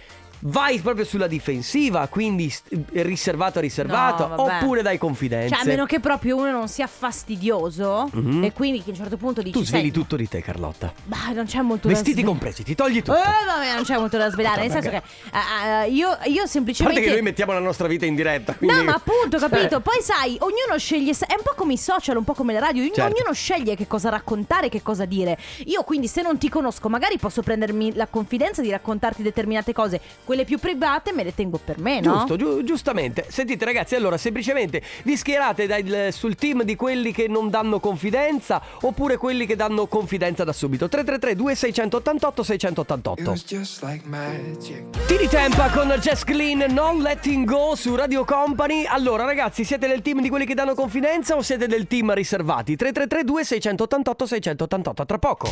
Speaker 1: vai proprio sulla difensiva, quindi st- riservato a riservato,
Speaker 2: No, vabbè.
Speaker 1: oppure dai confidenze.
Speaker 2: Cioè, a meno che proprio uno non sia fastidioso.
Speaker 1: Mhm.
Speaker 2: E quindi che a un certo punto dici.
Speaker 1: tu sveli
Speaker 2: "Senti,
Speaker 1: tutto di te Carlotta.
Speaker 2: Bah, non c'è molto
Speaker 1: Vestiti
Speaker 2: da svelare.
Speaker 1: compresi, ti togli tutto.
Speaker 2: Eh, vabbè, non c'è molto da svelare. Nel
Speaker 1: Madonna,
Speaker 2: senso che eh, eh, io, io
Speaker 1: A parte
Speaker 2: semplicemente.
Speaker 1: che noi mettiamo la nostra vita in diretta. Quindi...
Speaker 2: No, ma appunto,
Speaker 1: Cioè,
Speaker 2: capito? Poi sai, ognuno sceglie. se- È un po' come i social, un po' come le radio. ogn-
Speaker 1: Certo.
Speaker 2: Ognuno sceglie che cosa raccontare, che cosa dire. Io quindi, se non ti conosco, magari posso prendermi la confidenza di raccontarti determinate cose. Quelle più private me le tengo per me, Eh, no?
Speaker 1: Giusto, giu- giustamente. Sentite ragazzi, allora semplicemente vi schierate dai- sul team di quelli che non danno confidenza oppure quelli che danno confidenza da subito. 333 2688 688. Tini Tempa con Jess Clean, non letting go su Radio Company. Allora ragazzi, siete del team di quelli che danno confidenza o siete del team riservati? 333 2688 688. Tra poco.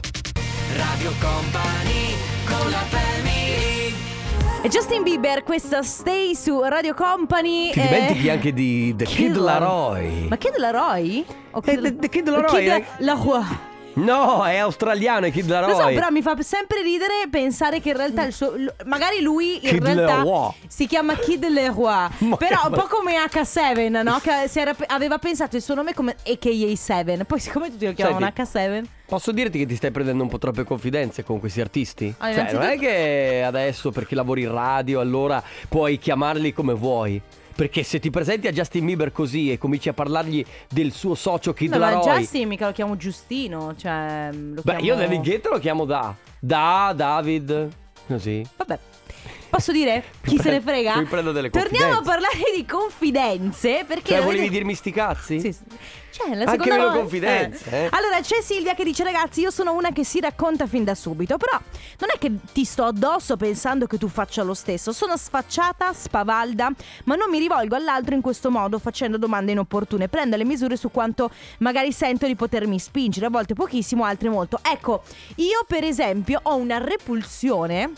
Speaker 2: E Justin Bieber, questa Stay su Radio Company.
Speaker 1: Ti
Speaker 2: eh,
Speaker 1: dimentichi anche di The Kid Laroi.
Speaker 2: Ma Kid Laroi? O
Speaker 1: Eh, The- The Kid Laroi, eh.
Speaker 2: Laroi.
Speaker 1: No, è australiano, è Kid Laroi.
Speaker 2: Lo so, però mi fa sempre ridere pensare che in realtà il suo. l- Magari lui in
Speaker 1: Kid
Speaker 2: realtà
Speaker 1: Leroy.
Speaker 2: si chiama Kid Leroy.
Speaker 1: Ma
Speaker 2: però
Speaker 1: che-
Speaker 2: un po' come H7, no? Che si era- aveva pensato il suo nome come AKA7. Poi, siccome tutti lo chiamano
Speaker 1: Senti.
Speaker 2: H7.
Speaker 1: Posso dirti che ti stai prendendo un po' troppe confidenze con questi artisti?
Speaker 2: Ah,
Speaker 1: cioè, non è
Speaker 2: innanzitutto-
Speaker 1: che adesso perché lavori in radio, allora puoi chiamarli come vuoi. Perché se ti presenti a Justin Bieber così e cominci a parlargli del suo socio Kid
Speaker 2: No, ma
Speaker 1: Laroi.
Speaker 2: Justin mica lo chiamo Giustino. Cioè, lo
Speaker 1: Beh,
Speaker 2: chiamo...
Speaker 1: io David Guetta lo chiamo Da. Da, David. Così.
Speaker 2: Vabbè. Posso dire?
Speaker 1: Mi
Speaker 2: Chi se ne
Speaker 1: prendo-
Speaker 2: frega?
Speaker 1: mi prendo delle
Speaker 2: Torniamo a
Speaker 1: confidenze.
Speaker 2: parlare di confidenze. Perché.
Speaker 1: Cioè,
Speaker 2: la
Speaker 1: volevi
Speaker 2: vedo-
Speaker 1: dirmi sti cazzi?
Speaker 2: Sì, sì. Cioè, la
Speaker 1: Anche
Speaker 2: seconda
Speaker 1: meno
Speaker 2: volta-
Speaker 1: confidenze, eh.
Speaker 2: Allora c'è Silvia che dice ragazzi io sono una che si racconta fin da subito Però non è che ti sto addosso pensando che tu faccia lo stesso Sono sfacciata, spavalda Ma non mi rivolgo all'altro in questo modo facendo domande inopportune Prendo le misure su quanto magari sento di potermi spingere A volte pochissimo, altre molto Ecco, io per esempio ho una repulsione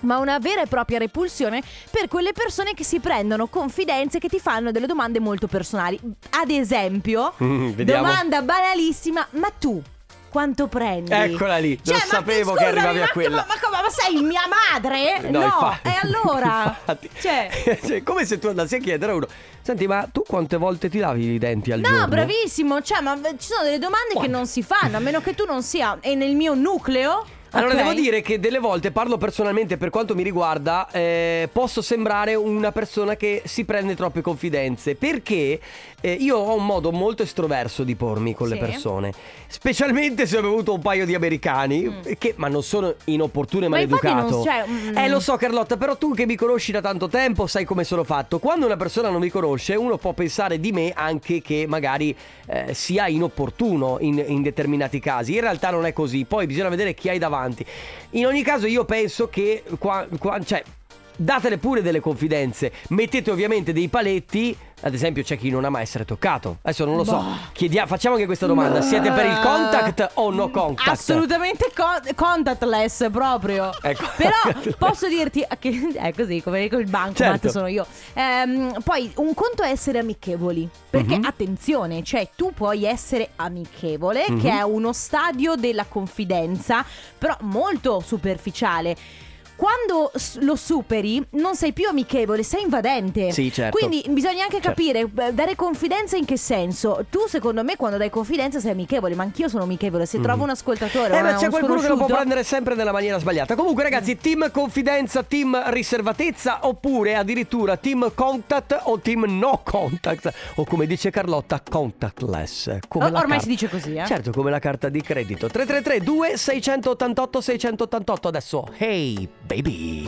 Speaker 2: ma una vera e propria repulsione per quelle persone che si prendono confidenze che ti fanno delle domande molto personali. Ad esempio,
Speaker 1: Mm, vediamo.
Speaker 2: domanda banalissima, ma tu quanto prendi?
Speaker 1: Eccola lì,
Speaker 2: Cioè,
Speaker 1: lo
Speaker 2: ma
Speaker 1: sapevo
Speaker 2: scusami,
Speaker 1: che arrivavi
Speaker 2: ma
Speaker 1: a quella.
Speaker 2: Ma, ma come, ma sei mia madre?
Speaker 1: No, infatti,
Speaker 2: e allora?
Speaker 1: infatti.
Speaker 2: Cioè,
Speaker 1: Cioè, come se tu andassi a chiedere a uno: Senti, ma tu quante volte ti lavi i denti al
Speaker 2: no,
Speaker 1: giorno?
Speaker 2: bravissimo, cioè, ma ci sono delle domande che non si fanno, a meno che tu non sia e nel mio nucleo.
Speaker 1: Allora
Speaker 2: ok?
Speaker 1: devo dire che delle volte parlo personalmente per quanto mi riguarda, eh, posso sembrare una persona che si prende troppe confidenze perché eh, io ho un modo molto estroverso di pormi con le
Speaker 2: Sì.
Speaker 1: persone, specialmente se ho bevuto un paio di americani,
Speaker 2: Mm.
Speaker 1: che ma non sono inopportuno e
Speaker 2: Ma infatti non-
Speaker 1: maleducato.
Speaker 2: cioè, mm.
Speaker 1: Eh lo so Carlotta, però tu che mi conosci da tanto tempo sai come sono fatto. Quando una persona non mi conosce uno può pensare di me anche che magari eh, sia inopportuno in, in determinati casi. In realtà non è così, poi bisogna vedere chi hai davanti. In ogni caso io penso che qua, qua- cioè, datele pure delle confidenze, mettete ovviamente dei paletti, ad esempio c'è chi non ama essere toccato. Adesso non lo so,
Speaker 2: Boh.
Speaker 1: Chiediamo, facciamo anche questa domanda, siete per il contact o no contact?
Speaker 2: Ah. Mm, Assolutamente con- contactless proprio.
Speaker 1: Ecco.
Speaker 2: Però posso dirti che è così, come con il bancomat
Speaker 1: Certo.
Speaker 2: sono io. Ehm, poi un conto è essere amichevoli, perché
Speaker 1: Mhm.
Speaker 2: attenzione, cioè tu puoi essere amichevole,
Speaker 1: Mhm.
Speaker 2: che è uno stadio della confidenza, però molto superficiale. Quando s- lo superi non sei più amichevole, sei invadente.
Speaker 1: Sì, certo.
Speaker 2: Quindi bisogna anche
Speaker 1: Certo.
Speaker 2: capire, eh, dare confidenza in che senso. Tu secondo me quando dai confidenza sei amichevole, ma anch'io sono amichevole. Se trovo un ascoltatore...
Speaker 1: Eh,
Speaker 2: o
Speaker 1: ma
Speaker 2: un
Speaker 1: c'è qualcuno che lo può
Speaker 2: sconosciuto-
Speaker 1: prendere sempre nella maniera sbagliata. Comunque, ragazzi, team confidenza, team riservatezza, oppure addirittura team contact o team no contact. O come dice Carlotta, contactless. Come
Speaker 2: Or-
Speaker 1: la
Speaker 2: ormai
Speaker 1: car-
Speaker 2: si dice così, eh?
Speaker 1: Certo, come la carta di credito. 333 2688 688 Adesso, hey baby.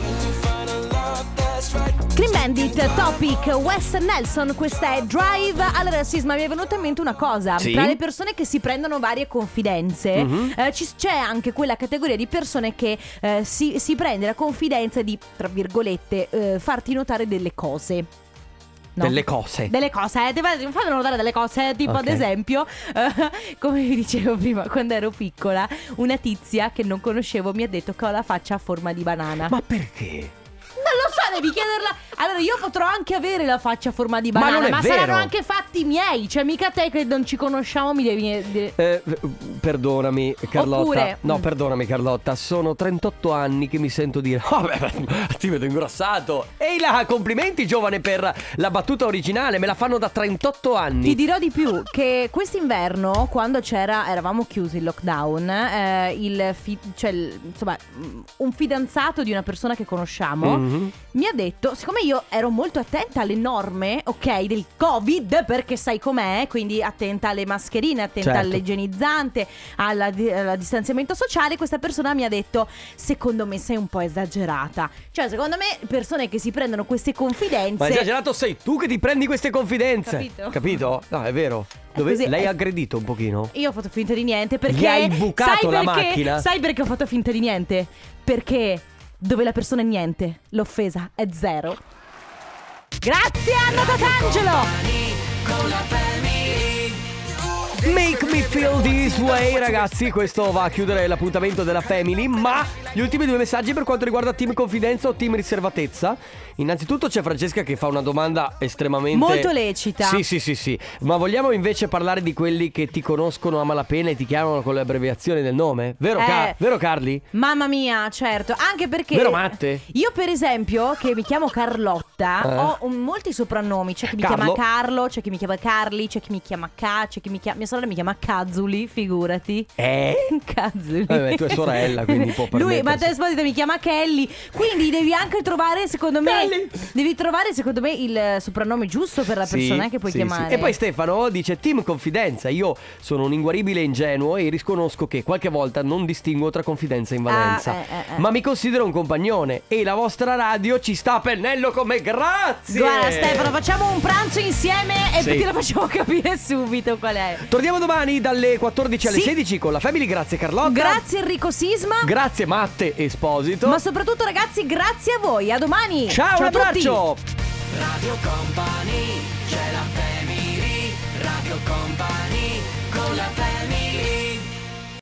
Speaker 2: Clean Bandit, Topic, Wes Nelson, questa è Drive. Allora, Sisma, mi è venuta in mente una cosa.
Speaker 1: Sì? Mm-hmm.
Speaker 2: Tra le persone che si prendono varie confidenze, eh, ci- c'è anche quella categoria di persone che eh, si, si prende la confidenza di, tra virgolette, eh, farti notare delle cose. No?
Speaker 1: Delle cose.
Speaker 2: Delle cose, eh, ti fanno- fanno notare delle cose, tipo
Speaker 1: Ok.
Speaker 2: ad esempio, eh, come vi dicevo prima, quando ero piccola, una tizia che non conoscevo mi ha detto che ho la faccia a forma di banana.
Speaker 1: Ma perché?
Speaker 2: Non lo so, devi chiederla. Allora, io potrò anche avere la faccia a forma di
Speaker 1: Ma
Speaker 2: banana,
Speaker 1: non
Speaker 2: ma,
Speaker 1: è vero.
Speaker 2: saranno anche fatti miei. Cioè, mica te che non ci conosciamo, mi devi. dire-
Speaker 1: Eh, perdonami Carlotta.
Speaker 2: Oppure-
Speaker 1: No,
Speaker 2: Mm.
Speaker 1: perdonami Carlotta, sono 38 anni che mi sento dire "Ah, beh, ti vedo ingrossato". Ehi là, complimenti giovane per la battuta originale, me la fanno da 38 anni.
Speaker 2: Ti dirò di più che quest'inverno, quando c'era, eravamo chiusi il lockdown, eh, il fi- cioè, il- insomma, mm, un fidanzato di una persona che conosciamo
Speaker 1: Mhm.
Speaker 2: mi ha detto, siccome io ero molto attenta alle norme, ok, del Covid, perché sai com'è, quindi attenta alle mascherine, attenta
Speaker 1: Certo.
Speaker 2: all'igienizzante, alla di- al distanziamento sociale, questa persona mi ha detto, secondo me sei un po' esagerata. Cioè, secondo me, persone che si prendono queste confidenze...
Speaker 1: Ma esagerato sei tu che ti prendi queste confidenze.
Speaker 2: Capito.
Speaker 1: Capito? No, è vero.
Speaker 2: È
Speaker 1: Dove-
Speaker 2: così,
Speaker 1: Lei
Speaker 2: è-
Speaker 1: ha aggredito un pochino.
Speaker 2: Io ho fatto finta di niente perché.
Speaker 1: Gli hai bucato
Speaker 2: sai
Speaker 1: la
Speaker 2: perché,
Speaker 1: macchina?
Speaker 2: Sai perché ho fatto finta di niente? Perché dove la persona è niente, l'offesa è zero. Grazie Anna Tatangelo!
Speaker 1: Make me feel this way, ragazzi. Questo va a chiudere l'appuntamento della Family. Ma gli ultimi due messaggi per quanto riguarda team confidenza o team riservatezza. Innanzitutto c'è Francesca che fa una domanda estremamente.
Speaker 2: Molto lecita.
Speaker 1: Sì, sì, sì, sì. Ma vogliamo invece parlare di quelli che ti conoscono a malapena e ti chiamano con le abbreviazioni del nome? Vero, Ca-
Speaker 2: Eh.
Speaker 1: vero Carli?
Speaker 2: Mamma mia, certo, anche perché
Speaker 1: Vero Matte?
Speaker 2: Io per esempio, che mi chiamo Carlotta,
Speaker 1: Eh.
Speaker 2: ho un- molti soprannomi, c'è chi mi
Speaker 1: Carlo.
Speaker 2: chiama Carlo, c'è chi mi chiama Carli, c'è chi mi chiama K, c'è chi mi chiama mia sorella mi chiama Kazuli, figurati.
Speaker 1: Eh?
Speaker 2: Cazzoli.
Speaker 1: Vabbè, tua sorella, quindi può
Speaker 2: Lui, ma
Speaker 1: permettersi.
Speaker 2: te Esposito mi chiama Kelly. Quindi devi anche trovare, secondo me. Devi trovare, secondo me, il eh, soprannome giusto per la
Speaker 1: Sì,
Speaker 2: persona che puoi
Speaker 1: sì,
Speaker 2: chiamare.
Speaker 1: sì. E poi Stefano dice Team Confidenza, io sono un inguaribile ingenuo e riconosco che qualche volta non distingo tra confidenza e invalenza,
Speaker 2: Ah, eh, eh, eh.
Speaker 1: ma mi considero un compagnone e la vostra radio ci sta a pennello come grazie.
Speaker 2: Guarda, Stefano, facciamo un pranzo insieme e
Speaker 1: Sì.
Speaker 2: poi te lo facciamo capire subito qual è.
Speaker 1: Torniamo domani dalle 14 alle
Speaker 2: Sì.
Speaker 1: 16 con la Family, grazie Carlotta.
Speaker 2: Grazie, Enrico Sisma.
Speaker 1: Grazie Matte Esposito.
Speaker 2: ma soprattutto, ragazzi, grazie a voi. A domani.
Speaker 1: Ciao, un
Speaker 2: a tutti.
Speaker 1: abbraccio.
Speaker 3: Radio Company, con la family